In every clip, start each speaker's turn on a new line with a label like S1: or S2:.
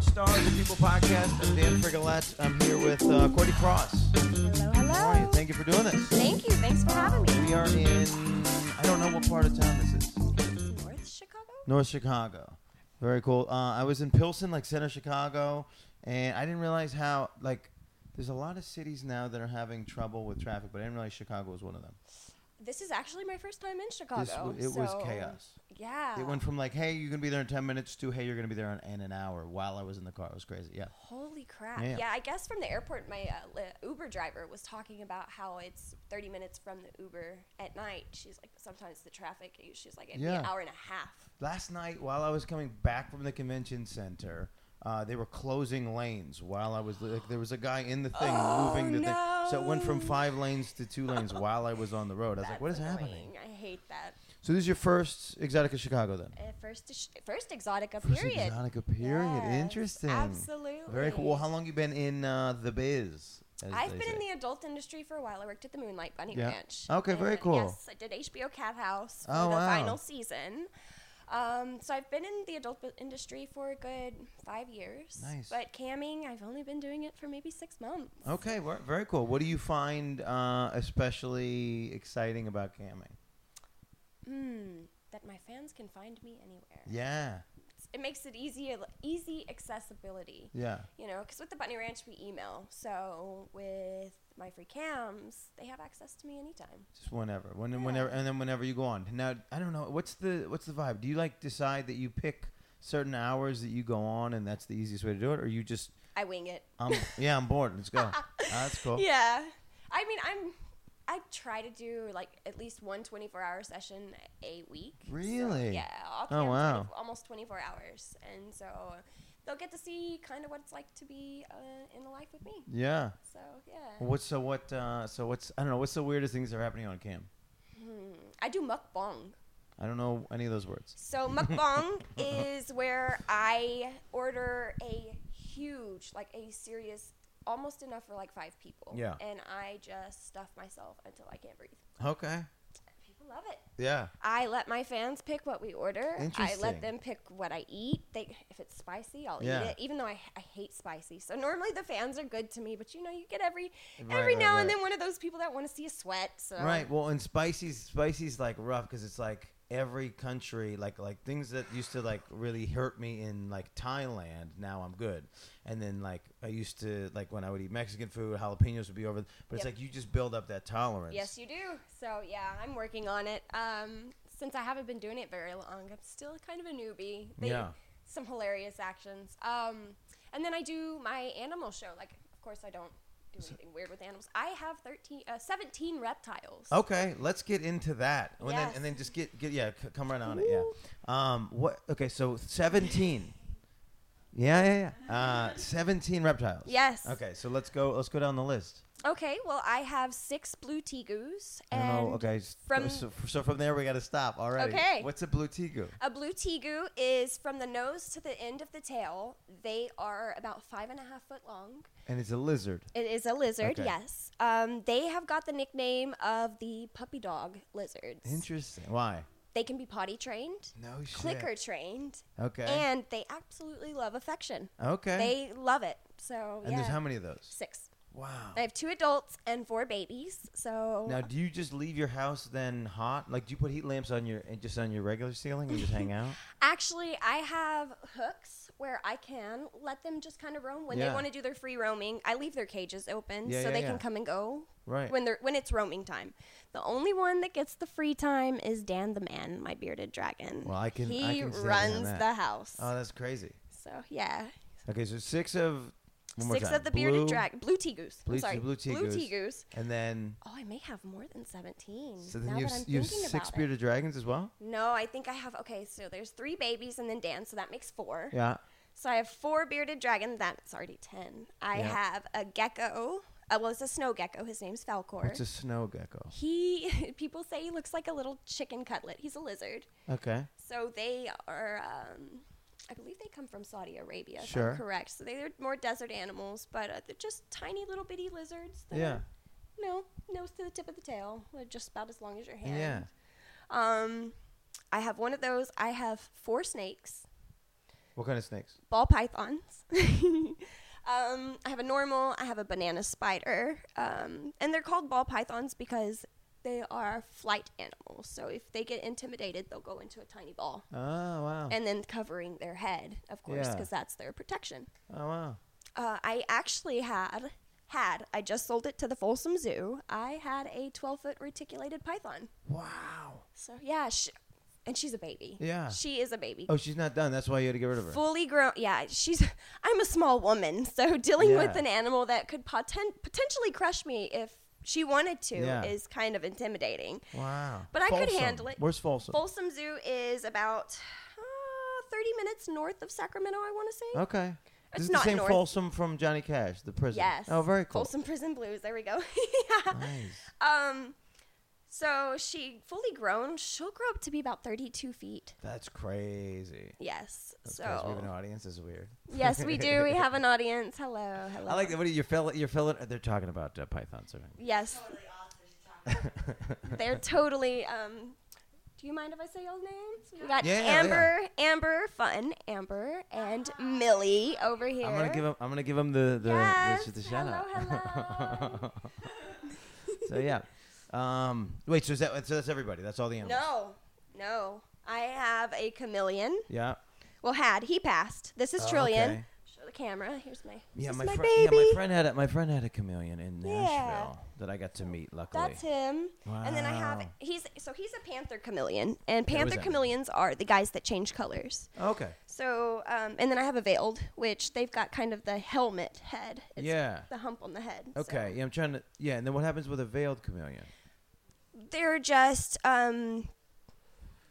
S1: Stars and People podcast. I'm Dan Frigolette. I'm here with uh, Courtney Cross.
S2: Hello,
S1: How are you?
S2: hello.
S1: Thank you for doing this.
S2: Thank you. Thanks for having me.
S1: We are in, I don't know what part of town this is.
S2: North Chicago?
S1: North Chicago. Very cool. Uh, I was in Pilsen, like center Chicago, and I didn't realize how, like, there's a lot of cities now that are having trouble with traffic, but I didn't realize Chicago was one of them.
S2: This is actually my first time in Chicago.
S1: This w- it was
S2: so- uh.
S1: chaos.
S2: Yeah.
S1: It went from like, hey, you're gonna be there in ten minutes to hey, you're gonna be there in, in an hour. While I was in the car, it was crazy. Yeah,
S2: Holy crap.
S1: Yeah.
S2: Yeah. I guess from the airport, my uh, li- Uber driver was talking about how it's 30 minutes from the Uber at night. She's like, sometimes the traffic, she's like, it'd be an
S1: Yeah.
S2: hour and a half.
S1: last night while I was coming back from the convention center, uh, they were closing lanes while I was like, there was a guy in the thing
S2: Oh,
S1: moving the thing, so it went from
S2: no.
S1: five lanes to two lanes while I was on the road. I was like, what is
S2: That's
S1: happening?
S2: annoying. I hate that.
S1: So this is your first Exotica Chicago then?
S2: Uh, first, ish- first Exotica
S1: First
S2: period.
S1: Exotica period.
S2: Yes,
S1: Interesting.
S2: Absolutely.
S1: Very cool. Well, how long you been in uh, the biz? as
S2: I've
S1: they
S2: been in
S1: say?
S2: the adult industry for a while. I worked at the Moonlight Bunny
S1: Yeah.
S2: Ranch.
S1: Okay, very
S2: And
S1: cool.
S2: Yes, I did HBO Cat House for
S1: Oh,
S2: the
S1: wow.
S2: final season. Um, so I've been in the adult bu- industry for a good five years.
S1: Nice. Oh.
S2: But camming, I've only been doing it for maybe six months.
S1: Okay, wor- very cool. What do you find uh, especially exciting about camming?
S2: Mm, that my fans can find me anywhere.
S1: Yeah,
S2: It makes it easier, easy accessibility.
S1: yeah.
S2: You know, because with the Bunny Ranch, we email. So with my free cams, they have access to me anytime.
S1: Just whenever, when,
S2: Yeah.
S1: whenever, and then whenever you go on. Now, I don't know what's the what's the vibe. Do you like decide that you pick certain hours that you go on, and that's the easiest way to do it, or you just,
S2: I wing it.
S1: um, yeah, I'm bored. Let's go. Ah, that's cool.
S2: Yeah. I mean, I'm I try to do like at least one 24-hour ssion a week. So,
S1: Really?
S2: yeah. I'll
S1: Oh,
S2: count
S1: wow.
S2: 24 almost 24 hours. And so they'll get to see kind of what it's like to be uh, in a life with me.
S1: Yeah.
S2: So, yeah.
S1: What's so what? Uh, so what's I don't know. What's the weirdest things that are happening on cam?
S2: Hmm. I do mukbang.
S1: I don't know any of those words.
S2: So mukbang is where I order a huge, like a serious almost enough for like 5 people.
S1: Yeah.
S2: And I just stuff myself until I can't breathe.
S1: Okay.
S2: People love it.
S1: Yeah.
S2: I let my fans pick what we order. I
S1: Interesting.
S2: let them pick what I eat. They, if it's spicy, I'll
S1: Yeah.
S2: eat it, even though I, I hate spicy. So normally the fans are good to me, but you know, you get every
S1: Right,
S2: every
S1: right,
S2: now and
S1: right.
S2: then one of those people that want to see a sweat. So
S1: Right. Well, and spicy's spicy's like rough because it's like every country like like things that used to like really hurt me in like Thailand now I'm good, and then like I used to like when I would eat Mexican food jalapenos would be over, but it's
S2: Yep.
S1: like you just build up that tolerance.
S2: Yes, you do. So yeah, I'm working on it. Um, since I haven't been doing it very long, I'm still kind of a newbie.
S1: Yeah.
S2: Some hilarious actions. Um, and then I do my animal show. Like, of course, I don't do anything weird with animals. I have 13, uh, 17 reptiles.
S1: Okay, let's get into that, and then
S2: Yes.
S1: and then just get get yeah, c- come right on it, yeah. Um, what? Okay, so seventeen. Yeah, yeah, yeah. Uh, seventeen reptiles.
S2: Yes.
S1: Okay, so let's go. Let's go down the list.
S2: Okay, well, I have six blue tegus
S1: I
S2: and
S1: don't know. Okay, s- uh,
S2: from-
S1: so, so from there we got to stop already.
S2: Okay.
S1: What's a blue tegu?
S2: a blue tegu is from the nose to the end of the tail. They are about five and a half foot long.
S1: And it's a lizard.
S2: It is a lizard,
S1: Okay.
S2: yes. Um, they have got the nickname of the puppy dog lizards.
S1: Interesting. Why?
S2: They can be potty trained,
S1: No shit.
S2: clicker trained,
S1: Okay.
S2: and they absolutely love affection.
S1: okay.
S2: They love it. So
S1: and
S2: yeah,
S1: there's how many of those?
S2: six.
S1: Wow.
S2: I have two adults and four babies. So
S1: Now, do you just leave your house then hot? Like, do you put heat lamps on your just on your regular ceiling and just hang out?
S2: Actually, I have hooks where I can let them just kind of roam when
S1: Yeah.
S2: they want to do their free roaming. I leave their cages open
S1: Yeah,
S2: so
S1: yeah,
S2: they
S1: yeah.
S2: can come and go
S1: Right.
S2: when they're when it's roaming time. The only one that gets the free time is Dan the man, my bearded dragon.
S1: Well, I can- I
S2: He
S1: can stand behind
S2: runs
S1: that.
S2: the house.
S1: oh, that's crazy.
S2: so yeah,
S1: Okay, so six of one more
S2: six
S1: time.
S2: of the bearded
S1: Blue,
S2: dragon, blue tea goose.
S1: Blue
S2: I'm
S1: te-
S2: sorry,
S1: blue tea goose.
S2: goose.
S1: And then
S2: Oh, I may have more than seventeen.
S1: so then
S2: now
S1: you
S2: that
S1: have,
S2: I'm
S1: s- you have
S2: thinking
S1: six
S2: about it.
S1: bearded dragons as well.
S2: No, I think I have. Okay, so there's three babies and then Dan, so that makes four.
S1: Yeah.
S2: So I have four bearded dragons. That's already ten. I
S1: Yeah.
S2: have a gecko. Uh, well, it's a snow gecko. His name's Falcor.
S1: What's a snow gecko?
S2: he people say he looks like a little chicken cutlet. He's a lizard.
S1: Okay.
S2: So they are. Um, I believe they come from Saudi Arabia. If
S1: Sure.
S2: I'm correct. So they're more desert animals, but uh, they're just tiny little bitty lizards. That
S1: Yeah.
S2: Are, no, nose to the tip of the tail. They're just about as long as your hand.
S1: Yeah.
S2: Um, I have one of those. I have four snakes.
S1: What kind of snakes?
S2: ball pythons. um, I have a normal, I have a banana spider. Um, and they're called ball pythons because they are flight animals. So if they get intimidated, they'll go into a tiny ball.
S1: Oh wow!
S2: And then covering their head, of course,
S1: Yeah.
S2: because that's their protection.
S1: oh wow!
S2: Uh, I actually had, had, I just sold it to the Folsom Zoo. I had a 12 foot reticulated python.
S1: Wow!
S2: So yeah, sh and she's a baby.
S1: Yeah.
S2: She is a baby.
S1: Oh, she's not done. That's why you had to get rid of her.
S2: fully grown. Yeah, she's. I'm a small woman, so dealing with
S1: Yeah.
S2: an animal that could poten- potentially crush me if she wanted to
S1: Yeah.
S2: is kind of intimidating.
S1: Wow!
S2: But I could handle it.
S1: Where's Folsom?
S2: Folsom Zoo is about uh, 30 minutes north of Sacramento. I want to say.
S1: Okay.
S2: It's
S1: this is the
S2: not
S1: same
S2: north.
S1: Folsom from Johnny Cash, the prison.
S2: Yes.
S1: Oh, very cool.
S2: Folsom Prison Blues. There we go. yeah.
S1: Nice.
S2: Um. So she fully grown. She'll grow up to be about 32 feet.
S1: That's crazy.
S2: Yes.
S1: That's
S2: so
S1: crazy. We have an audience. This is weird.
S2: yes, we do. We have an audience. Hello. Hello.
S1: I like that. What are your fellow? Your fellow? They're talking about uh, pythons. I think.
S2: Yes. They're totally. Um, do you mind if I say y'all's names? We got
S1: Yeah, yeah.
S2: Amber, Amber, Fun, Amber, and Millie over here.
S1: I'm gonna give them. I'm gonna give them the the,
S2: Yes.
S1: the, the shout
S2: Hello,
S1: out. so yeah. Um, wait. So is that? So that's everybody. That's all the animals.
S2: No, no. I have a chameleon.
S1: Yeah.
S2: Well, had he passed? This is
S1: Oh,
S2: Trillion.
S1: okay.
S2: Show the camera. Here's my.
S1: Yeah,
S2: this
S1: my,
S2: is my
S1: friend.
S2: baby.
S1: Yeah, my friend had a my friend had a chameleon in
S2: Yeah.
S1: Nashville that I got to meet. Luckily.
S2: That's him. And then I have
S1: Wow.
S2: he's so he's a panther chameleon, and
S1: Yeah, what does
S2: panther
S1: that mean?
S2: chameleons are the guys that change colors.
S1: Okay.
S2: So, um, and then I have a veiled, which they've got kind of the helmet head. It's
S1: yeah.
S2: The hump on the head. so.
S1: Okay. Yeah, I'm trying to. Yeah, and then what happens with a veiled chameleon?
S2: They're just, um,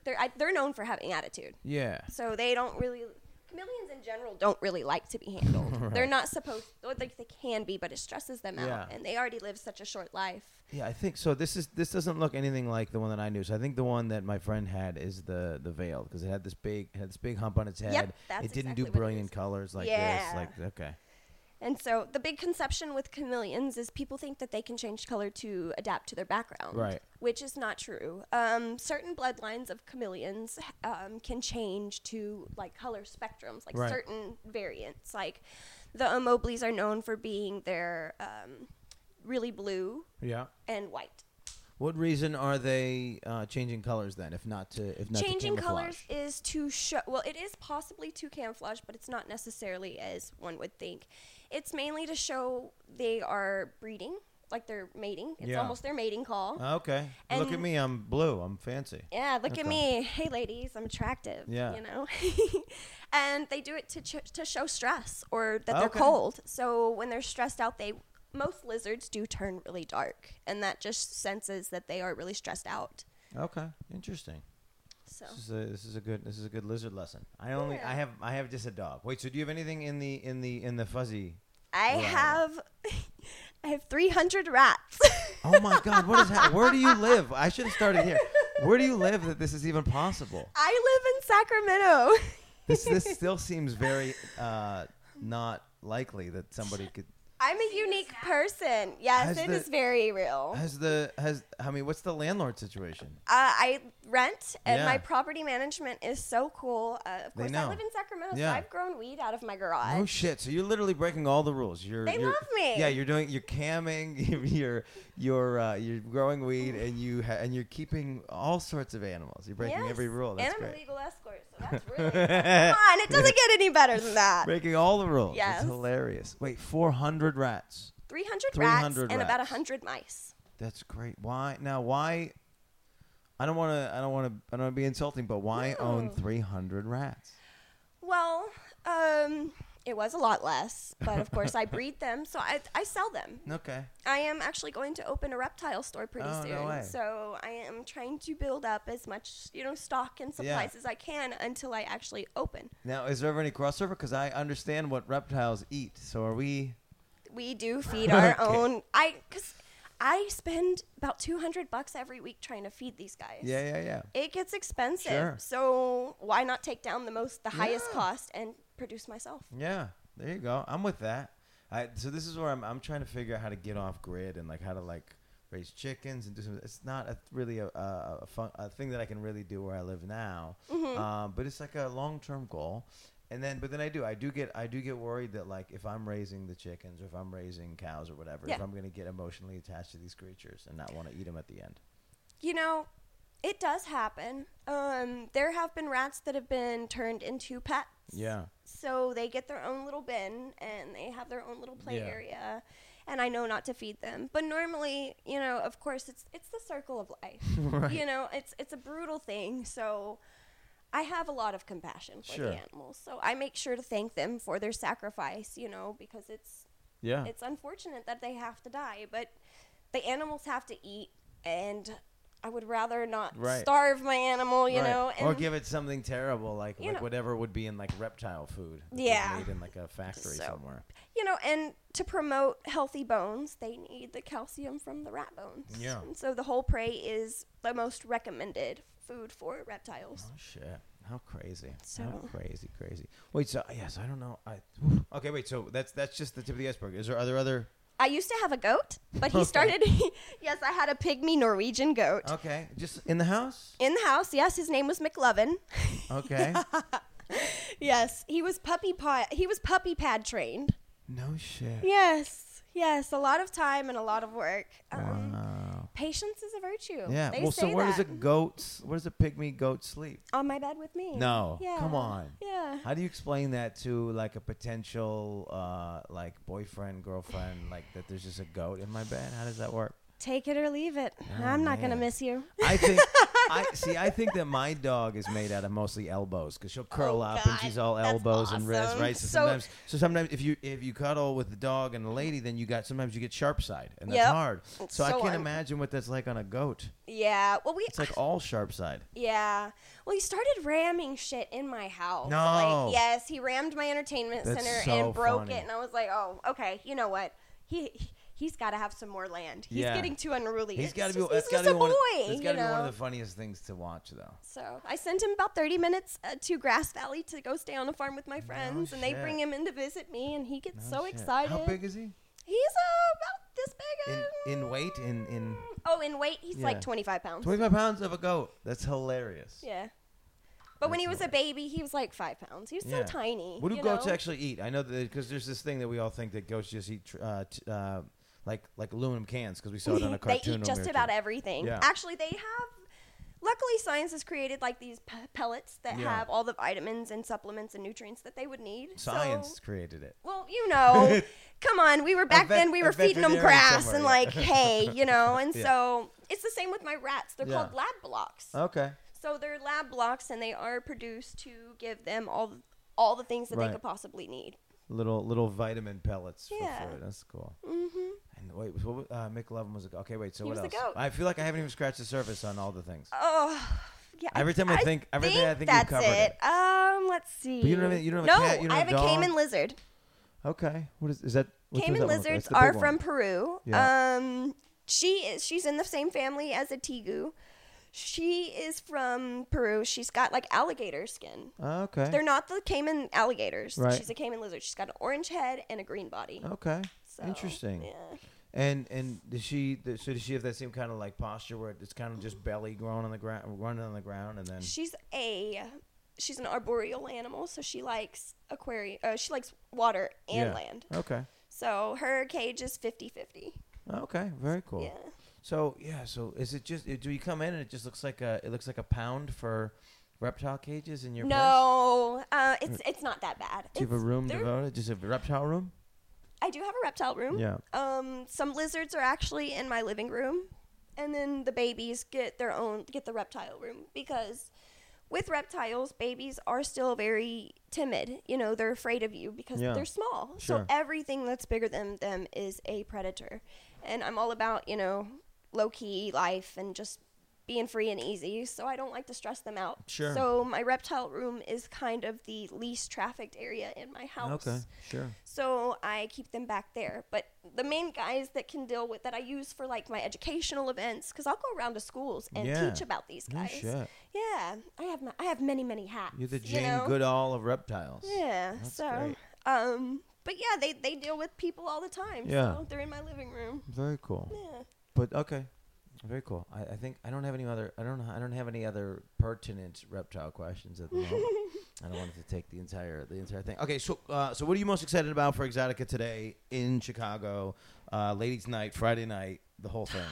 S2: they're I, they're known for having attitude.
S1: Yeah.
S2: So they don't really chameleons in general don't really like to be handled. They're
S1: Right.
S2: not supposed, or like they can be, but it stresses them out,
S1: Yeah.
S2: and they already live such a short life.
S1: Yeah, I think so. This is this doesn't look anything like the one that I knew. So I think the one that my friend had is the the veiled because it had this big it had this big hump on its head.
S2: that's
S1: it didn't
S2: exactly what
S1: do
S2: it
S1: brilliant
S2: is.
S1: colors like
S2: Yeah.
S1: this. Like okay,
S2: And so the big conception with chameleons is people think that they can change color to adapt to their background,
S1: Right.
S2: Which is not true. Um, certain bloodlines of chameleons um, can change to like color spectrums, like
S1: Right.
S2: certain variants. Like the Omobleys are known for being their um, really blue
S1: yeah.
S2: and white.
S1: What reason are they uh, changing colors then? If not to if not
S2: Changing
S1: to
S2: colors
S1: camouflage?
S2: is to show. Well, it is possibly to camouflage, but it's not necessarily as one would think. It's mainly to show they are breeding, like they're mating. It's
S1: Yeah. Uh,
S2: almost their mating call.
S1: Okay, look at
S2: And-
S1: me. I'm blue. I'm fancy.
S2: yeah, look at
S1: okay.
S2: me. Hey, ladies, I'm attractive.
S1: Yeah.
S2: You know? and they do it to, ch- to show stress or that they're
S1: Okay.
S2: cold. So when they're stressed out, they. Most lizards do turn really dark, and that just senses that they are really stressed out.
S1: Okay, interesting.
S2: So.
S1: This is a this is a good this is a good lizard lesson. I only
S2: Yeah.
S1: I have I have just a dog. Wait, so do you have anything in the in the in the fuzzy?
S2: I
S1: Wow.
S2: have I have 300 rats.
S1: Oh my God! What is that? Where do you live? I should have started here. Where do you live that this is even possible?
S2: I live in Sacramento.
S1: This this still seems very uh, not likely that somebody could.
S2: I'm a unique person. Yes,
S1: Has
S2: it
S1: the-
S2: is very real. Uh,
S1: Has the has I mean, what's the landlord situation?
S2: I rent, and my
S1: Yeah.
S2: property management is so cool. Uh, of
S1: They
S2: course, I
S1: know.
S2: live in Sacramento,
S1: Yeah.
S2: so I've grown weed out of my
S1: Oh
S2: garage.
S1: shit! So you're literally breaking all the rules. You're
S2: They
S1: you're-
S2: love me.
S1: Yeah, you're doing you're camming, you're you're uh, you're growing weed, and you ha- and you're keeping all sorts of animals. You're breaking
S2: Yes,
S1: every rule. That's
S2: and I'm a
S1: great.
S2: legal escort, so that's really come on. It doesn't get any better than that.
S1: Breaking all the rules.
S2: Yes.
S1: It's hilarious. Wait, 400 rats.
S2: 300, rats
S1: 300
S2: and about
S1: rats.
S2: 100 mice.
S1: That's great. Why now? Why? I don't want to. I don't want to. I don't want to be insulting, but why own
S2: No.
S1: 300 rats?
S2: Well, um, it was a lot less, but of course I breed them, so I, I sell them.
S1: Okay.
S2: I am actually going to open a reptile store pretty
S1: Oh, no
S2: soon.
S1: way.
S2: So I am trying to build up as much, you know, stock and supplies as I can until I actually open.
S1: Now, is there ever any crossover? Because I understand what reptiles eat. So are we?
S2: We do feed our
S1: Okay.
S2: own. I cuz I spend about 200 bucks every week trying to feed these guys.
S1: Yeah, yeah, yeah.
S2: It gets expensive.
S1: Sure.
S2: So why not take down the most the highest
S1: Yeah.
S2: cost and produce myself?
S1: Yeah, there you go. I'm with that. I, so this is where I'm, I'm trying to figure out how to get off grid and like how to like raise chickens and do something. It's not a, really a, Uh, a, a, fun, a thing that I can really do where I live now, um, but it's like a long term goal. and then but then I do I do get I do get worried that like if I'm raising the chickens or if I'm raising cows or whatever if
S2: Yeah.
S1: I'm going to get emotionally attached to these creatures and not want to eat them at the end.
S2: you know, it does happen. Um, there have been rats that have been turned into pets.
S1: Yeah.
S2: So they get their own little bin and they have their own little play
S1: Yeah.
S2: area. And I know not to feed them, but normally, you know, of course, it's it's the circle of life.
S1: right.
S2: You know, it's it's a brutal thing. So I have a lot of compassion for
S1: Sure.
S2: the animals. So I make sure to thank them for their sacrifice. You know, because it's
S1: Yeah.
S2: it's unfortunate that they have to die, but the animals have to eat, and I would rather not
S1: Right.
S2: starve my animal, you
S1: Right.
S2: know. And
S1: or give it something terrible like,
S2: You
S1: like
S2: know-
S1: whatever would be in like reptile food. that they've
S2: Yeah.
S1: Made in like a factory
S2: So-
S1: somewhere.
S2: you know, and to promote healthy bones, they need the calcium from the rat bones.
S1: Yeah.
S2: And so the whole prey is the most recommended food for reptiles.
S1: Oh shit! How crazy! how
S2: So-
S1: crazy, crazy. Wait, so yes, I don't know. I okay. Wait, so that's that's just the tip of the iceberg. Is there other other?
S2: I used to have a goat, but he
S1: Okay. Uh.
S2: started. yes, I had a pygmy Norwegian goat
S1: Okay, just in the house.
S2: in the house. Yes, his name was McLovin.
S1: Okay.
S2: yes, he was puppy pot. He was puppy pad trained.
S1: no shit.
S2: Yes, yes, a lot of time and a lot of work. Um,
S1: Wow.
S2: Patience is a virtue.
S1: Yeah.
S2: They
S1: well,
S2: say
S1: so where does a
S2: that.
S1: goat? Where does a pygmy goat sleep?
S2: on my bed with me?
S1: No.
S2: Yeah.
S1: Come on.
S2: Yeah.
S1: How do you explain that to like a potential uh, like boyfriend, girlfriend, like that? There's just a goat in my bed. How does that work?
S2: Take it or leave it.
S1: Oh,
S2: I'm not gonna
S1: man.
S2: miss you.
S1: I think I see. I think that my dog is made out of mostly elbows because she'll curl
S2: Oh,
S1: up and
S2: God,
S1: she's all
S2: that's
S1: elbows and wrists,
S2: awesome.
S1: right? So,
S2: So-
S1: sometimes, so sometimes if you if you cuddle with the dog and the lady, then you got sometimes you get sharp side, and that's
S2: Yep.
S1: hard. So,
S2: It's
S1: I
S2: so
S1: can't
S2: un-
S1: imagine what that's like on a goat.
S2: Yeah. Well, we.
S1: It's like all sharp side.
S2: yeah. Well, he started ramming shit in my house.
S1: No.
S2: Like, yes, he rammed my entertainment
S1: That's
S2: center
S1: so
S2: and broke
S1: funny.
S2: it, and I was like, oh, okay. You know what? He. he He's got to have some more land. He's
S1: Yeah.
S2: getting too unruly.
S1: He's got to be.
S2: just-
S1: That's
S2: he's
S1: got
S2: just
S1: to
S2: a
S1: be one.
S2: boy.
S1: Of, that's got
S2: you
S1: to be one of
S2: know?
S1: the funniest things to watch, though.
S2: So I sent him about 30 minutes uh, to Grass Valley to go stay on a farm with my friends, and they
S1: shit.
S2: bring him in to visit me, and he gets
S1: No
S2: so
S1: shit.
S2: excited.
S1: How big is he?
S2: He's uh, about this big.
S1: In
S2: uh,
S1: in weight? In in
S2: oh, in weight, he's
S1: Yeah.
S2: like 25 pounds.
S1: twenty five pounds of a goat. That's hilarious.
S2: Yeah. But when
S1: That's
S2: he was a
S1: hilarious.
S2: baby, he was like five pounds. He was so
S1: Yeah.
S2: tiny.
S1: What do
S2: you
S1: goats
S2: know?
S1: actually eat? I know that because there's this thing that we all think that goats just eat, tr- uh, t- uh, like like aluminum cans because we saw it on a
S2: they
S1: cartoon. when
S2: eat
S1: we
S2: just
S1: were
S2: about
S1: kids.
S2: everything.
S1: Yeah.
S2: Actually, they have. Luckily, science has created like these p- pellets that
S1: Yeah.
S2: have all the vitamins and supplements and nutrients that they would need. So- Oh.
S1: Science created it.
S2: Well, you know, come on. We were back
S1: vet-
S2: then. We
S1: a
S2: were feeding them
S1: veterinarian
S2: grass
S1: somewhere,
S2: and
S1: yeah.
S2: like hay, you know. And
S1: Yeah.
S2: so it's the same with my rats. They're called
S1: Yeah. Uh.
S2: lab blocks.
S1: Okay.
S2: So they're lab blocks, and they are produced to give them all all the things that
S1: Right.
S2: they could possibly need.
S1: Little little vitamin pellets
S2: Yeah.
S1: for food. That's cool.
S2: hmm
S1: And wait, what, wa- uh, Mick Lovin was a goat. Okay, wait. So
S2: He
S1: what
S2: was a
S1: else?
S2: goat.
S1: I feel like I haven't even scratched the surface on all the things.
S2: Oh, yeah.
S1: Every time I, think, every time I think you covered it.
S2: it. Um, let's see.
S1: you don't have- you don't
S2: no,
S1: have a cat, you don't
S2: I
S1: have
S2: have
S1: a
S2: a caiman
S1: dog.
S2: lizard.
S1: Okay. What is is that? which one's
S2: Cayman
S1: that one? That's
S2: lizards
S1: the
S2: are
S1: big
S2: from
S1: one.
S2: Peru.
S1: Yeah.
S2: Um, she is she's in the same family as a tegu. She is from Peru. She's got like alligator skin.
S1: Okay.
S2: They're not the Cayman alligators.
S1: Right.
S2: She's a Cayman lizard. She's got an orange head and a green body.
S1: Okay.
S2: So,
S1: Interesting.
S2: Yeah.
S1: And and does she th- so does she have that same kind of like posture where it's kind of just belly growing on the ground, running on the ground, and then
S2: She's a she's an arboreal animal, so she likes aquarium. Uh, she likes water and
S1: Yeah.
S2: land.
S1: okay,
S2: So her cage is 50-50.
S1: okay, very cool.
S2: Yeah.
S1: So yeah, so is it just do you come in and it just looks like a it looks like a pound for reptile cages in your place?
S2: No, uh, it's it's not that bad.
S1: Do you have a
S2: It's-
S1: room
S2: they're-
S1: devoted just a reptile room?
S2: I do have a reptile room.
S1: Yeah.
S2: Um, some lizards are actually in my living room, and then the babies get their own get the reptile room because with reptiles, babies are still very timid. You know, they're afraid of you because
S1: Yeah.
S2: they're small.
S1: Sure.
S2: So everything that's bigger than them is a predator, and I'm all about you know low key life and just being free and easy. So I don't like to stress them out.
S1: Sure.
S2: So my reptile room is kind of the least trafficked area in my house.
S1: Okay, sure.
S2: So I keep them back there. But the main guys that can deal with that I use for like my educational events because I'll go around to schools and
S1: Yeah.
S2: teach about these
S1: No
S2: guys.
S1: shit.
S2: Yeah, I have my, I have many many hats.
S1: You're the
S2: you
S1: Jane
S2: know?
S1: Goodall of reptiles.
S2: Yeah.
S1: That's
S2: so,
S1: great.
S2: um, but yeah, they they deal with people all the time.
S1: Yeah.
S2: So they're in my living room.
S1: Very cool.
S2: Yeah.
S1: But okay, very cool. I, I think I don't have any other. I don't. I don't have any other pertinent reptile questions at the moment. I don't want it to take the entire the entire thing. Okay, so uh, so what are you most excited about for Exotica today in Chicago? Uh, ladies' night, Friday night, the whole thing.
S2: Um,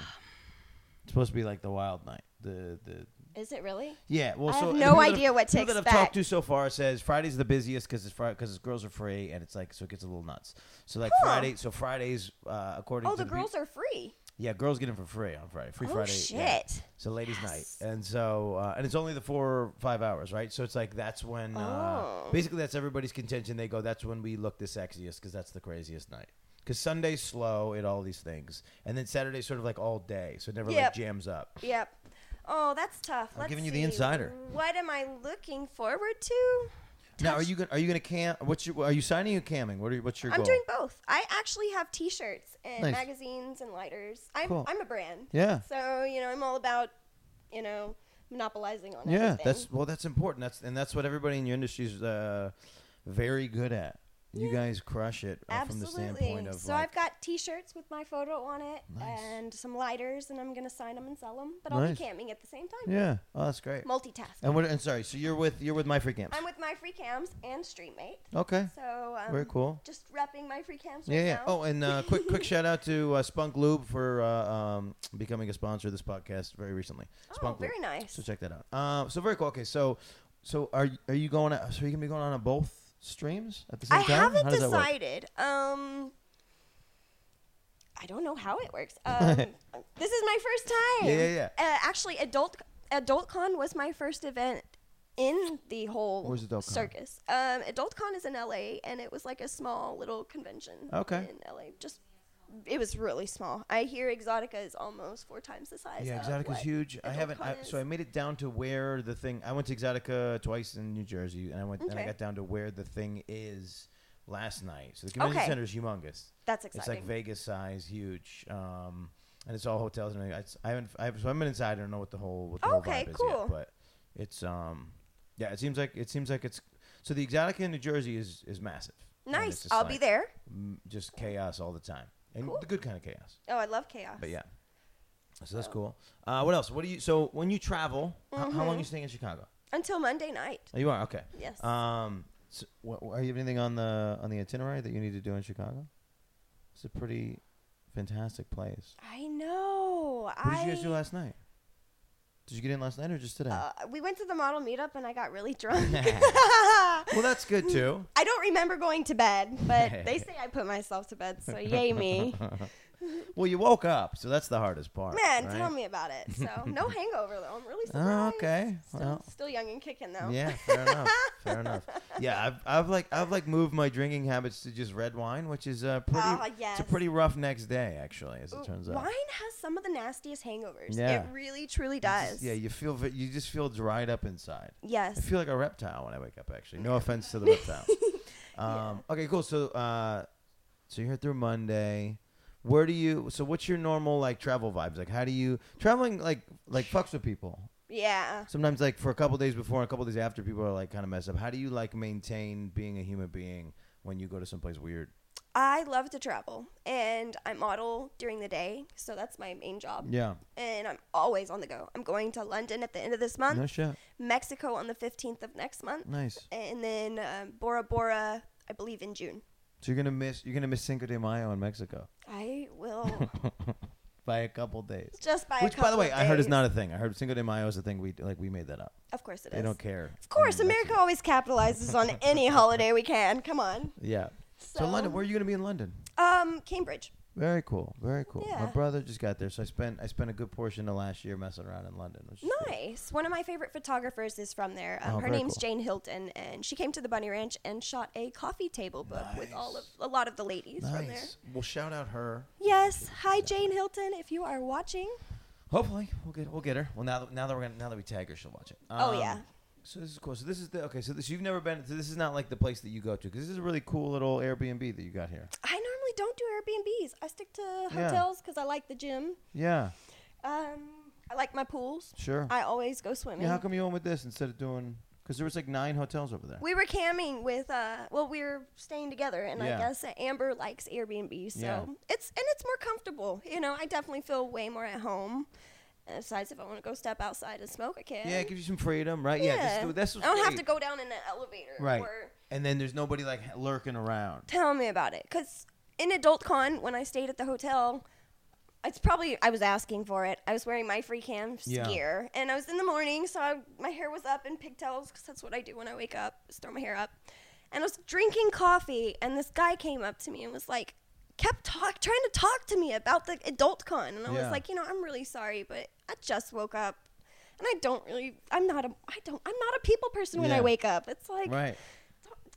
S1: It's supposed to be like the wild night. The the
S2: Is it really?
S1: yeah. Well,
S2: I
S1: so
S2: have
S1: and
S2: no
S1: people that
S2: idea what to
S1: people that I've
S2: expect.
S1: talked to so far says Friday's the busiest because it's because it's girls are free and it's like so it gets a little nuts. So like
S2: Huh.
S1: Friday, so Fridays uh, according
S2: Oh,
S1: to
S2: the
S1: the peop-
S2: girls are free.
S1: yeah, girls get in for free on Friday. Free
S2: Oh,
S1: Friday. yeah.
S2: shit.
S1: So ladies'
S2: Yes.
S1: night, and so uh, and it's only the four or five hours, right? So it's like that's when uh,
S2: Oh.
S1: basically that's everybody's contention. They go, that's when we look the sexiest because that's the craziest night. Because Sunday's slow at all these things, and then Saturday's sort of like all day, so it never like
S2: Yep.
S1: jams up.
S2: Yep. Oh, that's tough.
S1: I'm
S2: Let's
S1: giving you the
S2: see.
S1: insider.
S2: What am I looking forward to?
S1: Now, are
S2: Touch-
S1: you gonna, are you gonna cam? What's your are you signing or camming? What are you, what's your
S2: I'm
S1: goal?
S2: doing both. I actually have T-shirts and
S1: Nice.
S2: magazines and lighters. I'm
S1: Cool.
S2: I'm a brand.
S1: yeah,
S2: So you know, I'm all about you know monopolizing on
S1: yeah.
S2: everything.
S1: That's well, that's important. That's and that's what everybody in your industry's uh, very good at. You
S2: Yeah.
S1: guys crush it uh, from the
S2: absolutely.
S1: standpoint of
S2: so
S1: like,
S2: I've got T-shirts with my photo on it
S1: Nice.
S2: and some lighters, and I'm gonna sign them and sell them. But I'll
S1: Nice.
S2: be camming at the same time.
S1: yeah, oh, that's great.
S2: Multitask.
S1: And what? And sorry, so you're with you're with my free camps.
S2: I'm with my free cams and StreamMate.
S1: Okay.
S2: So um,
S1: Very cool.
S2: Just repping my free cams.
S1: Yeah,
S2: right
S1: yeah.
S2: now.
S1: Oh, and uh, quick, quick shout out to uh, Spunk Lube for uh, um, becoming a sponsor of this podcast very recently.
S2: Oh,
S1: Spunk Lube.
S2: very nice.
S1: So check that out. Uh, so very cool. Okay, so so are y- are you going? To, so you can be going on a both streams at the same
S2: I
S1: time?
S2: haven't
S1: How does that work?
S2: decided. Um, I don't know how it works. Um, this is my first time.
S1: Yeah, yeah, yeah.
S2: Uh, actually, adult AdultCon was my first event in the whole
S1: Where's AdultCon?
S2: circus. Um, AdultCon is in LA, and it was like a small little convention.
S1: Okay.
S2: In LA, just it was really small. I hear Exotica is almost four times the size.
S1: Yeah,
S2: of
S1: Exotica's
S2: what
S1: huge. I
S2: Adult
S1: haven't. I,
S2: Con
S1: so I
S2: is.
S1: made it down to where the thing. I went to Exotica twice in New Jersey, and I went and I
S2: Okay.
S1: got down to where the thing is last night. So the convention
S2: Okay.
S1: center is humongous.
S2: That's
S1: It's
S2: exciting.
S1: like Vegas size, huge, um, and it's all hotels and everything. I, it's- I haven't, I have, so I'm inside. I don't know what the whole what the whole
S2: Okay,
S1: vibe is
S2: cool.
S1: yet, but it's um, yeah, it seems like it seems like it's so the Exotica in New Jersey is is massive. And it's
S2: nice.
S1: just
S2: I'll
S1: like,
S2: be there.
S1: mm, Just chaos all the time, and
S2: Cool.
S1: the good kind of chaos.
S2: Oh, I love chaos.
S1: But yeah, so that's
S2: So-
S1: cool. Uh, what else? What do you? So when you travel, h- how, long
S2: Mhm.
S1: you staying in Chicago?
S2: Until Monday night.
S1: Oh, you are okay.
S2: Yes.
S1: Um, so, wha- wha- are you have anything on the on the itinerary that you need to do in Chicago? It's a pretty fantastic place.
S2: I know.
S1: What
S2: I
S1: did you guys do last night? Did you get in last night or just today?
S2: uh, we went to the model meetup and I got really drunk.
S1: well, that's good too.
S2: I don't remember going to bed, but they say I put myself to bed, so yay me.
S1: well, you woke up, so that's the hardest part.
S2: Man,
S1: right?
S2: tell me about it. So no hangover though. I'm really
S1: Oh,
S2: surprised.
S1: okay.
S2: Still,
S1: Well,
S2: still young and kicking though.
S1: yeah, fair enough. Fair enough. Yeah, I've, I've like I've like moved my drinking habits to just red wine, which is uh, pretty.
S2: Ah,
S1: It's a
S2: yes.
S1: pretty rough next day, actually, as
S2: Ooh,
S1: it turns out.
S2: Wine has some of the nastiest hangovers.
S1: Yeah.
S2: It really, truly
S1: You just-
S2: does.
S1: yeah, you feel ve- you just feel dried up inside. I
S2: Yes.
S1: feel like a reptile when I wake up. Actually, no offense to the reptile. Um, Okay, cool. So, uh, so you're here through Monday. Where do you? So, what's your normal like travel vibes? Like, how do you traveling? Like, like fucks with people.
S2: Yeah.
S1: Sometimes, like for a couple days before, and a couple days after, people are like kind of messed up. How do you like maintain being a human being when you go to someplace weird?
S2: I love to travel and I model during the day, so that's my main job.
S1: Yeah,
S2: and I'm always on the go. I'm going to London at the end of this month,
S1: no shit.
S2: Mexico on the 15th of next month,
S1: Nice.
S2: and then um, Bora Bora, I believe in June.
S1: So you're gonna miss you're gonna miss Cinco de Mayo in Mexico
S2: I will
S1: by a couple days.
S2: just by a
S1: Which, by the
S2: couple
S1: way,
S2: of
S1: I heard is
S2: days.
S1: not a thing. I heard Cinco de Mayo is a thing. We like we made that up.
S2: Of course it is.
S1: They don't care.
S2: Of course,
S1: in
S2: America
S1: Mexico.
S2: always capitalizes on any holiday we can. Come on.
S1: Yeah.
S2: So,
S1: So, London, where are you going to be in London?
S2: Um, Cambridge.
S1: Very cool, very cool. My
S2: Yeah.
S1: brother just got there, so I spent I spent a good portion of last year messing around in London. Which is cool.
S2: Nice. One of my favorite photographers is from there.
S1: Oh,
S2: Um, her
S1: very
S2: name's
S1: cool.
S2: Jane Hilton, and she came to the Bunny Ranch and shot a coffee table book with all of a lot of the ladies from there.
S1: nice. Well, shout out her.
S2: Yes. Hi, Jane Hilton. If you are watching,
S1: Hopefully, we'll get we'll get her. Well, now that, now that we're gonna now that we tag her, she'll watch it.
S2: Oh,
S1: Um,
S2: yeah.
S1: So this is cool. So this is the okay. So this you've never been. So this is not like the place that you go to because this is a really cool little Airbnb that you got here.
S2: I normally don't do Airbnbs. I stick to
S1: Yeah.
S2: hotels because I like the gym.
S1: Yeah,
S2: Um, I like my pools.
S1: sure.
S2: I always go swimming.
S1: yeah, how come you went with this instead of doing? Because there was like nine hotels over there.
S2: we were camming with uh well we were staying together and
S1: Yeah.
S2: I guess that Amber likes Airbnb so
S1: Yeah.
S2: it's and it's more comfortable. You know, I definitely feel way more at home And besides, if I want to go step outside and smoke, I can.
S1: Yeah, it gives you some freedom, right? Yeah,
S2: Yeah.
S1: this, that's what's
S2: I don't have
S1: great.
S2: to go down in an elevator.
S1: Right.
S2: Or
S1: And then there's nobody like lurking around.
S2: tell me about it, because in Adult Con, when I stayed at the hotel, it's probably I was asking for it. I was wearing my free cams
S1: Yeah.
S2: gear, and I was in the morning, so I, my hair was up in pigtails, because that's what I do when I wake up, is throw my hair up. And I was drinking coffee, and this guy came up to me and was like, kept talk, trying to talk to me about the Adult Con, and I
S1: Yeah.
S2: was like, you know, I'm really sorry, but I just woke up. And I don't really. I'm not a. I don't. I'm not a people person when
S1: Yeah.
S2: I wake up. It's like
S1: right.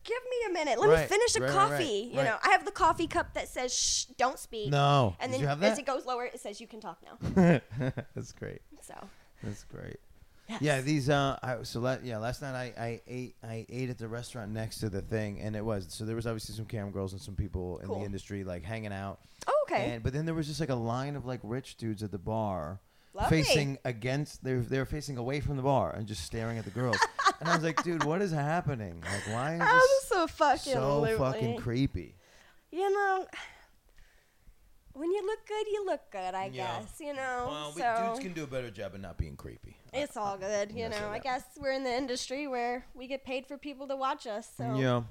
S2: give me a minute. Let me
S1: Right,
S2: finish a
S1: right, right,
S2: coffee.
S1: right,
S2: You
S1: right.
S2: know, I have the coffee cup that says "Shh, don't speak."
S1: No.
S2: And
S1: Did
S2: then
S1: you have
S2: as
S1: that?
S2: it goes lower, it says you can talk now.
S1: that's great.
S2: So
S1: That's great.
S2: yes.
S1: Yeah, these uh, I, so la- yeah, last night I, I ate I ate at the restaurant next to the thing, and it was so there was obviously some cam girls and some people in
S2: Cool.
S1: the industry like hanging out,
S2: oh, okay.
S1: and but then there was just like a line of like rich dudes at the bar,
S2: Lovely.
S1: facing against they they were facing away from the bar and just staring at the girls, and I was like, dude, what is happening? Like, why is
S2: I'm
S1: this
S2: so fucking
S1: so
S2: lonely.
S1: fucking creepy?
S2: You know, when you look good, you look good. I
S1: Yeah.
S2: guess you know. so
S1: do a better job of not being creepy.
S2: it's all good. You
S1: Yeah, so
S2: know, I
S1: that-
S2: guess we're in the industry where we get paid for people to watch us. So
S1: Yeah.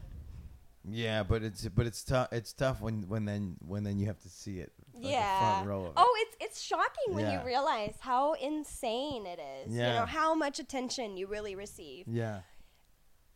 S1: Yeah, but it's but it's tough. It's tough when when then when then you have to see it. Like the
S2: yeah.
S1: front row of it.
S2: Oh, it's it's shocking when
S1: Yeah.
S2: you realize how insane it is. You
S1: Yeah.
S2: know how much attention you really receive.
S1: Yeah.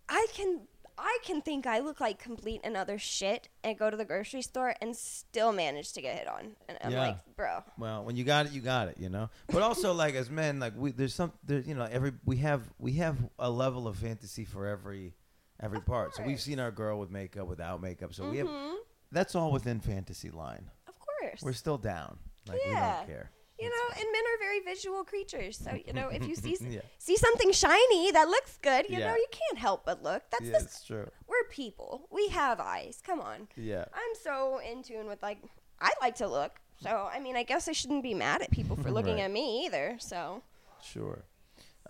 S2: I can I can think I look like complete and other shit and go to the grocery store and still manage to get hit on. And I'm
S1: Yeah.
S2: like, bro.
S1: Well, when you got it, you got it. You know. But also, like as men, like we there's some there, you know every we have we have a level of fantasy for every every
S2: Of
S1: part. So we've
S2: course.
S1: seen our girl with makeup, without makeup. So we have
S2: Mhm.
S1: that's all within fantasy line.
S2: Of course.
S1: We're still down. Like we
S2: Yeah.
S1: don't care.
S2: you
S1: It's
S2: know, and men are very visual creatures. So, you know, if you see s-
S1: Yeah.
S2: see something shiny that looks good, you
S1: Yeah.
S2: know, you can't help but look. That's
S1: yeah,
S2: just
S1: it's true.
S2: we're people. We have eyes. Come on.
S1: Yeah.
S2: I'm so in tune with like I like to look. So, I mean, I guess I shouldn't be mad at people for looking
S1: Right.
S2: at me either. So,
S1: Sure.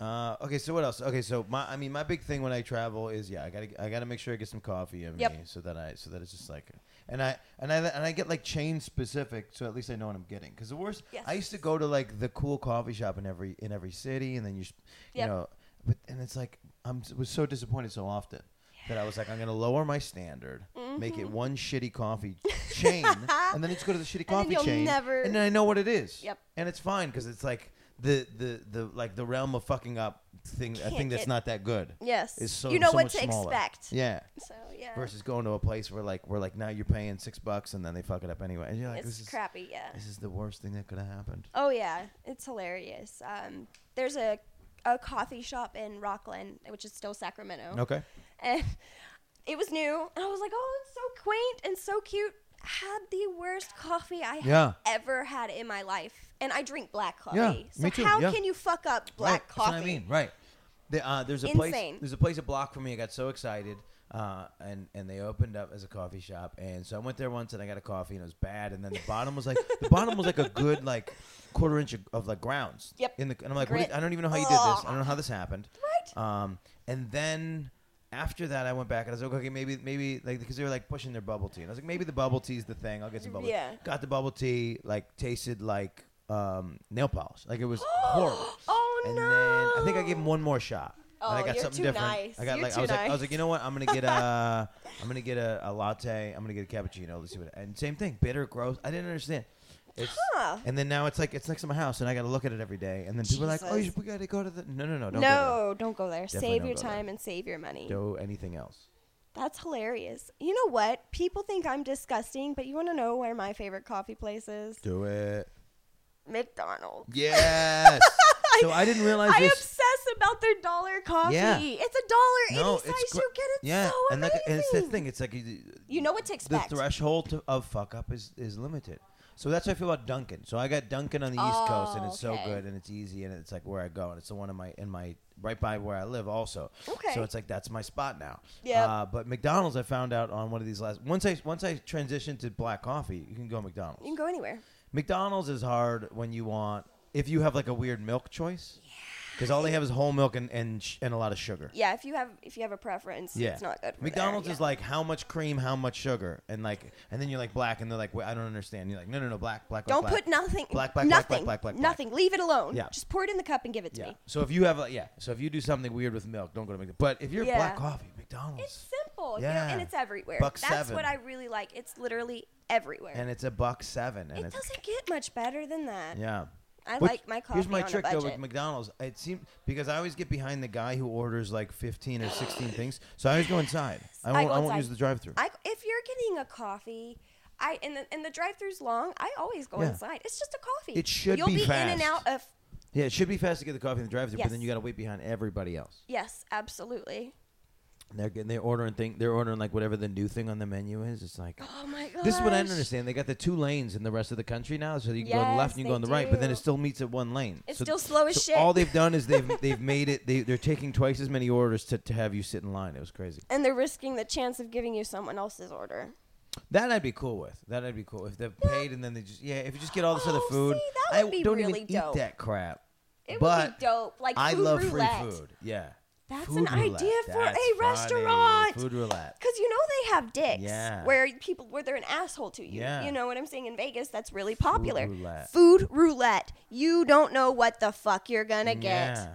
S1: Uh, okay, so what else? Okay, so my I mean my big thing when I travel is yeah, I gotta I gotta make sure I get some coffee in
S2: Yep.
S1: me so that I so that it's just like and I and I and I get like chain specific so at least I know what I'm getting because the worst
S2: Yes.
S1: I used to go to like the cool coffee shop in every in every city and then you s- you
S2: Yep.
S1: know but and it's like I'm s- was so disappointed so often that I was like I'm gonna lower my standard make
S2: Mm-hmm.
S1: it one shitty coffee chain and then just go to the shitty
S2: then
S1: coffee
S2: you'll
S1: chain
S2: never-
S1: and then I know what it is.
S2: Yep.
S1: And it's fine because it's like the the the like the realm of fucking up thing. I
S2: Can't
S1: think that's
S2: get-
S1: not that good.
S2: yes.
S1: Is so
S2: you know
S1: so
S2: what
S1: much
S2: to
S1: smaller.
S2: expect.
S1: Yeah.
S2: So, yeah.
S1: Versus going to a place where like where like now you're paying six bucks and then they fuck it up anyway. And you're like,
S2: it's
S1: this is
S2: crappy, yeah.
S1: this is the worst thing that could have happened.
S2: Oh yeah, it's hilarious. Um, there's a a coffee shop in Rockland, which is still Sacramento,
S1: Okay.
S2: and it was new, and I was like, oh, it's so quaint and so cute. Had the worst coffee I
S1: Yeah.
S2: have ever had in my life, and I drink black coffee.
S1: Yeah,
S2: so
S1: me too,
S2: how
S1: yeah.
S2: can you fuck up black
S1: right.
S2: coffee?
S1: That's what I mean. Right. The, uh, there's a place.
S2: Insane.
S1: There's a place a block from me. I got so excited. Uh, and, and they opened up as a coffee shop, and so I went there once, and I got a coffee, and it was bad. And then the bottom was like the bottom was like a good like quarter inch of, of like grounds.
S2: Yep.
S1: In the and I'm like, what
S2: Grit.
S1: did- I don't even know how you did this. I don't
S2: Ugh.
S1: know how this happened.
S2: Right?
S1: Um, and then after that, I went back and I was like, okay, maybe, maybe, like, because they were like pushing their bubble tea, and I was like, maybe the bubble tea is the thing. I'll get some bubble. tea.
S2: Yeah.
S1: Got the bubble tea, like tasted like um, nail polish, like it was horrible.
S2: Oh
S1: And
S2: no!
S1: then I think I gave him one more shot. and I
S2: Oh,
S1: got
S2: you're
S1: something
S2: too
S1: different.
S2: nice.
S1: I got
S2: You're
S1: like I
S2: too
S1: was like I was
S2: nice.
S1: like, you know what? I'm gonna get a I'm gonna get a, a latte, I'm gonna get a cappuccino, let's see what and same thing, bitter, gross. I didn't understand. It's
S2: Huh.
S1: and then now it's like it's next to my house and I gotta look at it every day. And then people are like, Oh you
S2: Jesus.
S1: should, we gotta go to the No no no don't go
S2: no, don't go there.
S1: Definitely
S2: save
S1: don't
S2: your
S1: go there.
S2: time and save your money.
S1: there. Do anything else.
S2: That's hilarious. You know what? People think I'm disgusting, but you want to know where my favorite coffee place is?
S1: Do it.
S2: McDonald's.
S1: Yes. so I didn't realize
S2: I
S1: this
S2: obsess about their dollar coffee.
S1: Yeah.
S2: It's a dollar
S1: No,
S2: any
S1: it's
S2: size
S1: gr-
S2: you get. It's
S1: yeah,
S2: so
S1: and
S2: amazing.
S1: like and it's the thing. It's like you-
S2: You know what to expect.
S1: The threshold to, of fuck up is, is limited. So that's how I feel about Dunkin'. So I got Dunkin' on the East Coast, and
S2: Oh,
S1: it's so
S2: okay.
S1: good, and it's easy, and it's like where I go, and it's the one in my in my right by where I live also.
S2: Okay.
S1: So it's like that's my spot now.
S2: Yep.
S1: Uh, but McDonald's, I found out on one of these last once I once I transitioned to black coffee, you can go McDonald's.
S2: you can go anywhere.
S1: McDonald's is hard when you want if you have like a weird milk choice. because all they have is whole milk and and, sh- and a lot of sugar.
S2: Yeah, if you have if you have a preference,
S1: Yeah,
S2: it's not good. For
S1: McDonald's
S2: there,
S1: is
S2: yeah.
S1: like how much cream, how much sugar, and like and then you're like black, and they're like, "Wait, I don't understand. You're like, no, no, no, black, black, black,
S2: don't
S1: black.
S2: put nothing,
S1: Black, black, black,
S2: nothing,
S1: black, black, black, black.
S2: nothing. Leave it alone.
S1: Yeah.
S2: just pour it in the cup and give it to
S1: Yeah.
S2: me.
S1: So if you have like yeah, so if you do something weird with milk, don't go to McDonald's. But if you're
S2: Yeah.
S1: black coffee, McDonald's,
S2: It's simple, you know,
S1: Yeah.
S2: and it's everywhere.
S1: Buck
S2: That's
S1: seven.
S2: what I really like. It's literally everywhere.
S1: and it's a buck seven, and
S2: it
S1: it's
S2: doesn't get much better than that.
S1: yeah.
S2: I
S1: Which-
S2: like my coffee
S1: Here's my
S2: on
S1: trick
S2: a
S1: though
S2: budget.
S1: with McDonald's. It seems because I always get behind the guy who orders like 15 or 16 things, so I always go inside. I
S2: I
S1: won't.
S2: go
S1: I, won't
S2: inside.
S1: use the drive-through.
S2: I, if you're getting a coffee, I and the, and the drive-through's long, I always go
S1: Yeah.
S2: inside. It's just a coffee.
S1: It should
S2: You'll
S1: be
S2: be, in and
S1: fast.
S2: out of.
S1: Yeah, it should be fast to get the coffee in the drive-through, but then
S2: Yes.
S1: you got to wait behind everybody else.
S2: Yes, absolutely.
S1: And they're getting they're ordering thing. They're ordering like whatever the new thing on the menu is. It's like.
S2: Oh my god.
S1: This is what I don't understand. They got the two lanes in the rest of the country now, so you can go on the left
S2: Yes,
S1: and you can go
S2: they
S1: on the right, but then
S2: do.
S1: it still meets at one lane.
S2: It's
S1: So-
S2: still slow as
S1: so
S2: shit.
S1: All they've done is they've they've made it. They they're taking twice as many orders to, to have you sit in line. It was crazy.
S2: and they're risking the chance of giving you someone else's order.
S1: That I'd be cool with. That I'd be cool if they're paid and then they just yeah. If you just get all this other
S2: Oh,
S1: food,
S2: see, that
S1: I
S2: would be
S1: don't
S2: really
S1: even
S2: dope.
S1: eat that crap.
S2: It would
S1: But
S2: be dope. Like
S1: I
S2: food
S1: love
S2: roulette.
S1: free food. Yeah.
S2: That's
S1: Food
S2: an
S1: roulette.
S2: idea for
S1: That's
S2: a
S1: funny.
S2: restaurant.
S1: Food roulette.
S2: Cause you know they have dicks
S1: Yeah.
S2: where people where they're an asshole to you.
S1: Yeah.
S2: You know what I'm saying in Vegas? That's really popular.
S1: roulette.
S2: Food roulette. You don't know what the fuck you're gonna get.
S1: Yeah.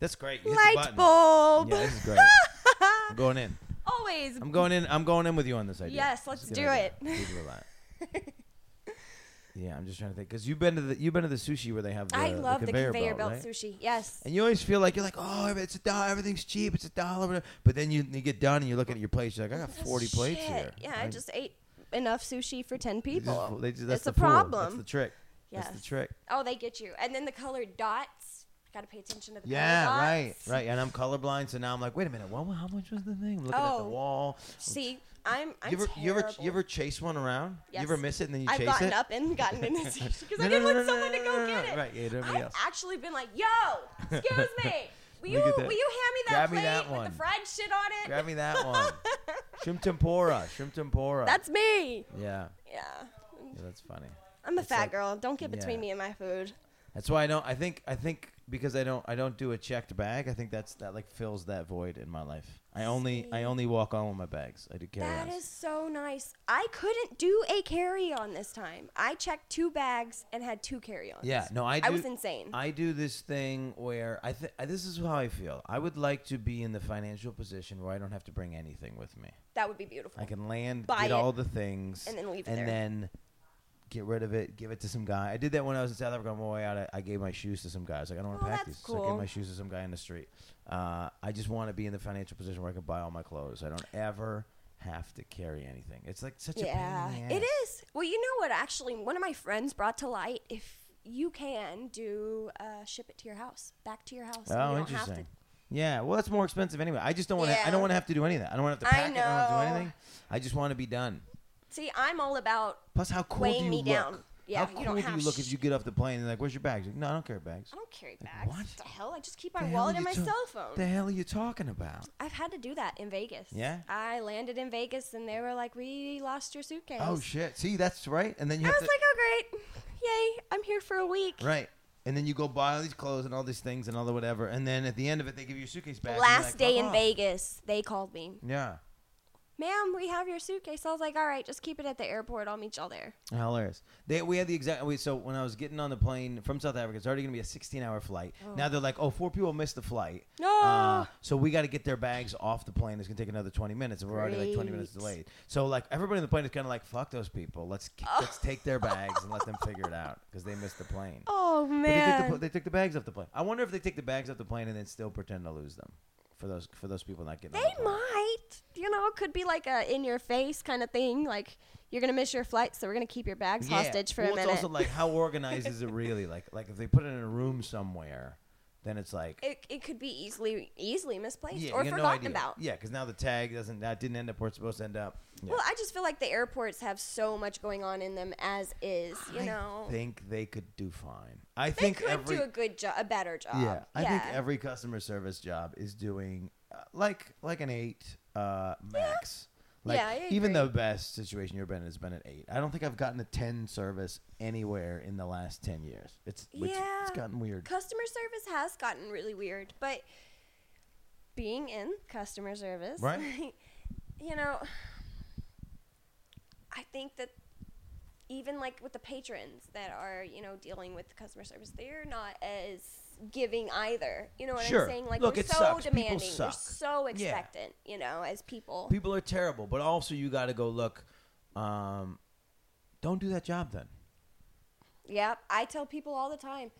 S1: That's great. You hit the
S2: Light
S1: button.
S2: bulb.
S1: Yeah, this is great. I'm going in.
S2: Always.
S1: I'm going in. I'm going in with you on this idea.
S2: Yes,
S1: It's a
S2: let's
S1: good
S2: do
S1: idea.
S2: it.
S1: Food roulette. yeah, I'm just trying to think because you've been to the you've been to the sushi where they have the,
S2: I love the conveyor, belt,
S1: right?
S2: sushi. Yes.
S1: And you always feel like you're like, oh, it's a dollar, everything's cheap, it's a dollar, whatever. but then you, you get done and you look at your plates, you're like, I got 40 plates
S2: Shit.
S1: here.
S2: Yeah, I, just ate enough sushi for ten
S1: they just-
S2: people.
S1: they just- that's
S2: it's
S1: the
S2: a
S1: fool.
S2: problem.
S1: That's the trick. That's
S2: Yes.
S1: the trick.
S2: Oh, they get you. And then the colored dots. Got to pay attention to the
S1: Yeah,
S2: colored
S1: right,
S2: dots.
S1: right. And I'm colorblind, so now I'm like, wait a minute, what, how much was the thing? I'm looking at
S2: Oh.
S1: the wall.
S2: See, I'm I'm
S1: You ever, you ever
S2: terrible.
S1: you ever chase one around?
S2: Yes.
S1: You ever miss it and then you
S2: I've
S1: chase
S2: gotten
S1: it?
S2: up and gotten in the station because
S1: No,
S2: I
S1: no,
S2: didn't
S1: no,
S2: want
S1: no, no,
S2: someone to
S1: no,
S2: go
S1: no, no,
S2: get
S1: no.
S2: it.
S1: Right, yeah, nobody
S2: I've
S1: else.
S2: actually been like, "Yo, excuse me, will you
S1: Look at that.
S2: will you hand me that
S1: Grab me
S2: plate
S1: that
S2: with
S1: one.
S2: the fried shit on it?"
S1: Grab me that one. shrimp tempura, shrimp tempura.
S2: That's me.
S1: yeah,
S2: Yeah,
S1: yeah, that's funny.
S2: I'm a
S1: It's
S2: fat
S1: like-
S2: girl. Don't get between
S1: yeah.
S2: me and my food.
S1: That's why I don't. I think. I think because I don't. I don't do a checked bag. I think that's that like fills that void in my life. I only. I
S2: See.
S1: only walk on with my bags. I do carry
S2: That
S1: on.
S2: is so nice. I couldn't do a carry on this time. I checked two bags and had two carry ons.
S1: Yeah. No. I. Do,
S2: I was insane.
S1: I do this thing where I think this is how I feel. I would like to be in the financial position where I don't have to bring anything with me.
S2: that would be beautiful.
S1: I can land,
S2: Buy
S1: get
S2: it,
S1: all the things,
S2: and then leave it
S1: and
S2: there.
S1: then get rid of it, give it to some guy. I did that when I was in South Africa on my way out. I, I gave my shoes to some guy. I was like, I don't want
S2: Oh,
S1: to pack
S2: that's
S1: these, so I
S2: cool.
S1: gave my shoes to some guy in the street. Uh, I just want to be in the financial position where I can buy all my clothes. I don't ever have to carry anything. It's like such a
S2: yeah,
S1: pain. in the
S2: it
S1: ass.
S2: is. Well, you know what? Actually, one of my friends brought to light if you can do uh, ship it to your house, back to your house. and
S1: Oh,
S2: you don't have to-
S1: interesting. Yeah, well, that's more expensive anyway. I just don't want to. I
S2: Yeah.
S1: don't want to have to do any of that. I don't want to have to
S2: I
S1: pack it. I don't want to do
S2: know.
S1: anything. I just want to be done.
S2: See, I'm all about.
S1: Plus, how cool
S2: Weighing
S1: do you
S2: me
S1: look?
S2: down. Yeah,
S1: how
S2: you
S1: cool
S2: don't have
S1: do you look if
S2: sh-
S1: you get off the plane and they're like, "Where's your bags?" You're like, no, I don't carry bags.
S2: I don't carry
S1: Like,
S2: bags.
S1: what?
S2: the hell? I just keep
S1: The
S2: my
S1: hell
S2: wallet
S1: are
S2: and
S1: you
S2: my
S1: ta-
S2: cell phone.
S1: The hell are you talking about?
S2: I've had to do that in Vegas.
S1: Yeah?
S2: I landed in Vegas and they were like, "We lost your suitcase."
S1: Oh shit! See, that's right. And then you
S2: I
S1: have
S2: was
S1: to,
S2: like, "Oh great, yay! I'm here for a week."
S1: right, and then you go buy all these clothes and all these things and all the whatever, and then at the end of it, they give you a suitcase back. and you're
S2: Last
S1: like,
S2: day
S1: "Fuck
S2: in
S1: off."
S2: Vegas, they called me,
S1: Yeah,
S2: "Ma'am, we have your suitcase." I was like, "All right, just keep it at the airport. I'll meet y'all there."
S1: hilarious. They, we had the exact. We, so when I was getting on the plane from South Africa, it's already gonna be a 16-hour flight. Now they're like, oh, four people missed the flight.
S2: No.
S1: Uh, so we got to get their bags off the plane. It's gonna take another 20 minutes, and we're already like 20 minutes
S2: Great.
S1: delayed. So like everybody on the plane is kind of like, fuck those people. Let's let's take their bags and let them figure it out because they missed the plane.
S2: Oh
S1: But they, took
S2: man.
S1: the, pl- they took the bags off the plane. I wonder if they take the bags off the plane and then still pretend to lose them for those for those people not getting. on the
S2: They
S1: plane.
S2: might, you know, it could be like a in your face kind of thing. Like you're gonna miss your flight, so we're gonna keep your bags
S1: Yeah.
S2: hostage for
S1: well,
S2: a minute.
S1: It's also like how organized is it really? Like like if they put it in a room somewhere, then it's like
S2: it, it could be easily easily misplaced
S1: yeah,
S2: or
S1: you got
S2: forgotten
S1: no idea.
S2: about.
S1: Yeah, because now the tag doesn't that didn't end up where it's supposed to end up. Yeah.
S2: Well, I just feel like the airports have so much going on in them as is, you
S1: I
S2: know.
S1: think they could do fine. I
S2: they
S1: think
S2: could
S1: every
S2: do a good job, a better job.
S1: yeah, I think every customer service job is doing uh, like like an eight uh, max. Like,
S2: Yeah, I
S1: even
S2: agree.
S1: the best situation you've been in has been at eight. I don't think I've gotten a ten service anywhere in the last ten years. It's it's, it's
S2: Yeah.
S1: gotten weird.
S2: Customer service has gotten really weird, but being in customer service,
S1: Right.
S2: you know, I think that even like with the patrons that are, you know, dealing with customer service, they're not as giving either. You know what
S1: Sure.
S2: I'm saying? Like
S1: Look,
S2: we're
S1: it
S2: so
S1: sucks. People
S2: demanding, we're
S1: suck.
S2: so
S1: Yeah.
S2: expectant, you know, as people.
S1: People are terrible, but also you got to go look. Um, don't do that job then.
S2: Yeah, I tell people all the time.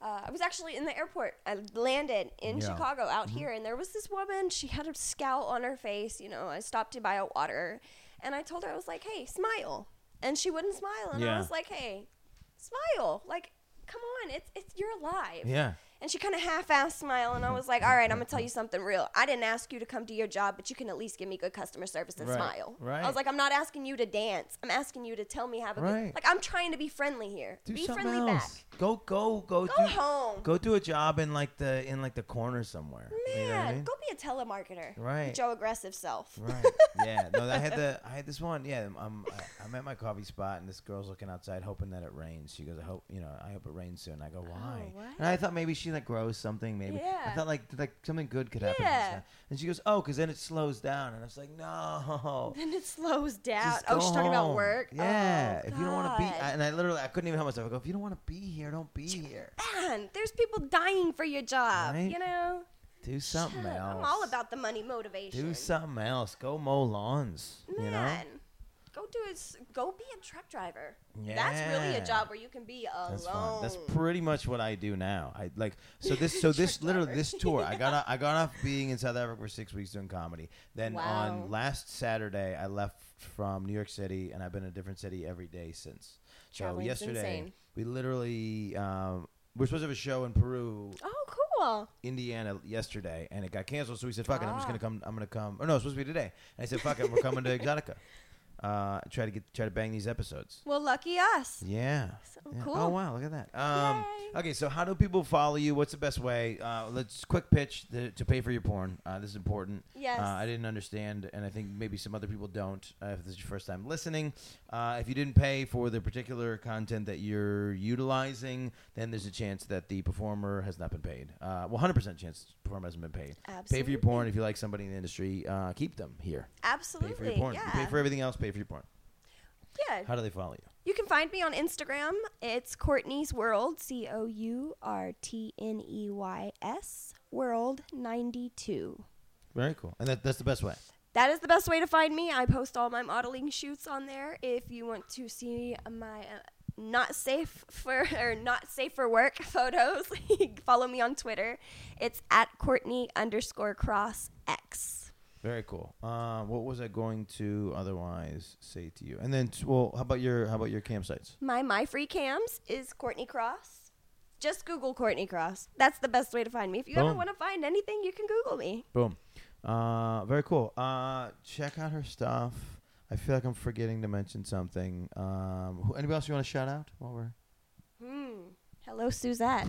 S2: Uh, I was actually in the airport. I landed in
S1: Yeah. Mm-hmm.
S2: Chicago out here, and there was this woman. She had a scowl on her face. You know, I stopped to buy a water, and I told her, I was like, hey, smile. And she wouldn't smile. And
S1: Yeah.
S2: I was like, hey, smile. Like, come on, it's, it's you're alive.
S1: Yeah.
S2: And she kind of half assed smile, and I was like, all right, I'm going to tell you something real. I didn't ask you to come do your job, but you can at least give me good customer service and
S1: Right,
S2: smile.
S1: right.
S2: I was like, I'm not asking you to dance. I'm asking you to tell me how to.
S1: Right.
S2: Like, I'm trying to be friendly here.
S1: Do
S2: be
S1: something
S2: friendly
S1: else. Go go go.
S2: back. Go
S1: do,
S2: home.
S1: Go do a job in like the in like the corner somewhere.
S2: Man,
S1: You know what I mean?
S2: go be a telemarketer.
S1: Right.
S2: Joe aggressive self.
S1: Right. Yeah. No, I had the I had this one. Yeah. I'm I, I'm at my coffee spot and this girl's looking outside hoping that it rains. She goes, I hope you know I hope it rains soon. I go, why?
S2: Oh, what?
S1: And I thought maybe she like grows something. Maybe I
S2: Yeah.
S1: thought like like something good could happen. from this
S2: Yeah.
S1: time. And she goes, oh, because then it slows down. And I was like, no.
S2: Then it slows down.
S1: Just
S2: oh,
S1: go
S2: she's talking about
S1: home.
S2: work.
S1: Yeah.
S2: Oh,
S1: if you don't want to be,
S2: God.
S1: I, and I literally I couldn't even help myself. I go, if you don't want to be here, don't be here.
S2: Man, there's people dying for your job.
S1: Right?
S2: You know.
S1: Do something
S2: Shut up.
S1: else.
S2: I'm all about the money motivation.
S1: Do something else. Go mow lawns. You know.
S2: Man, go do is go be a truck driver. That's really
S1: Yeah.
S2: a job where you can be alone.
S1: That's fun. That's pretty much what I do now. I like so this so this
S2: Truck
S1: literally
S2: driver.
S1: this tour. I got off, I got off being in South Africa for six weeks doing comedy. Then
S2: Wow.
S1: on last Saturday, I left from New York City, and I've been in a different city every day since. So
S2: Traveling's
S1: yesterday,
S2: insane.
S1: we literally um, we're supposed to have a show in Peru,
S2: oh, cool.
S1: Indiana yesterday, and it got canceled. So we said, "Fuck it, I'm just
S2: Ah.
S1: gonna come. I'm gonna come." Or no, it's supposed to be today. And I said, "Fuck it, we're coming to Exotica. Uh, try to get try to bang these episodes."
S2: Well, lucky us.
S1: Yeah.
S2: So
S1: yeah.
S2: cool.
S1: Oh wow, look at that. Um,
S2: Yay.
S1: okay, so how do people follow you? What's the best way? Uh, let's quick pitch the, to pay for your porn. Uh, this is important.
S2: Yes.
S1: Uh, I didn't understand, and I think maybe some other people don't. Uh, if this is your first time listening, uh, if you didn't pay for the particular content that you're utilizing, then there's a chance that the performer has not been paid. Uh, well, 100% chance the performer hasn't been paid.
S2: Absolutely.
S1: Pay for your porn. If you like somebody in the industry, uh, keep them here.
S2: Absolutely.
S1: Pay for your porn. You
S2: Yeah.
S1: pay for everything else. Pay for your porn.
S2: yeah.
S1: How do they follow you?
S2: You can find me on Instagram. It's Courtney's World, C O U R T N E Y S, World 92.
S1: Very cool. And that, that's the best way.
S2: That is the best way to find me. I post all my modeling shoots on there. If you want to see my uh, not safe for or not safe for work photos, follow me on Twitter. It's at Courtney underscore cross X.
S1: Very cool. Uh, what was I going to otherwise say to you? And then, t- well, how about your how about your campsites?
S2: My my free cams is Courtney Cross. Just Google Courtney Cross. That's the best way to find me. If you ever
S1: Boom.
S2: want to find anything, you can Google me.
S1: Boom. Uh, very cool. Uh, check out her stuff. I feel like I'm forgetting to mention something. Um, who, anybody else you want to shout out while we're?
S2: Hmm. Hello, Suzette.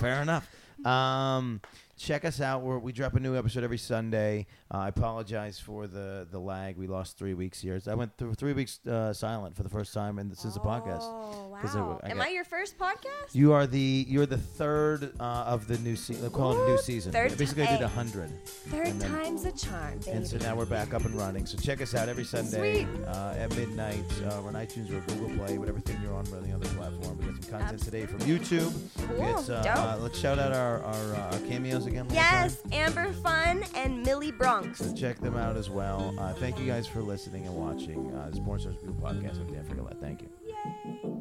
S1: Fair enough. Um, check us out. We're, we drop a new episode every Sunday. Uh, I apologize for the, the lag. We lost three weeks here. I went through three weeks uh, silent for the first time and since the podcast.
S2: Oh
S1: 'Cause I-
S2: wow!
S1: I
S2: Am
S1: got-
S2: I your first podcast?
S1: You are the you're the third uh, of the new season. They call it a new
S2: Ooh,
S1: season.
S2: third
S1: They basically, I did
S2: time.
S1: hundred,
S2: Third
S1: and then-
S2: time's a charm, baby.
S1: and so now we're back up and running. So check us out every Sunday
S2: Sweet.
S1: uh, at midnight. Uh, we're on iTunes or Google Play, whatever thing you're on, or the other platform. We got some content today from YouTube. We got,
S2: Cool,
S1: uh,
S2: dope.
S1: uh, let's shout out our our, uh, our cameos again. one more time.
S2: Yes, Amber Fun and Millie Bronx.
S1: So check them out as well. Uh, thank you guys for listening and watching. Uh, this is Born Stars People podcast. I'm Dan Frigolette. Thank you.
S2: Yay.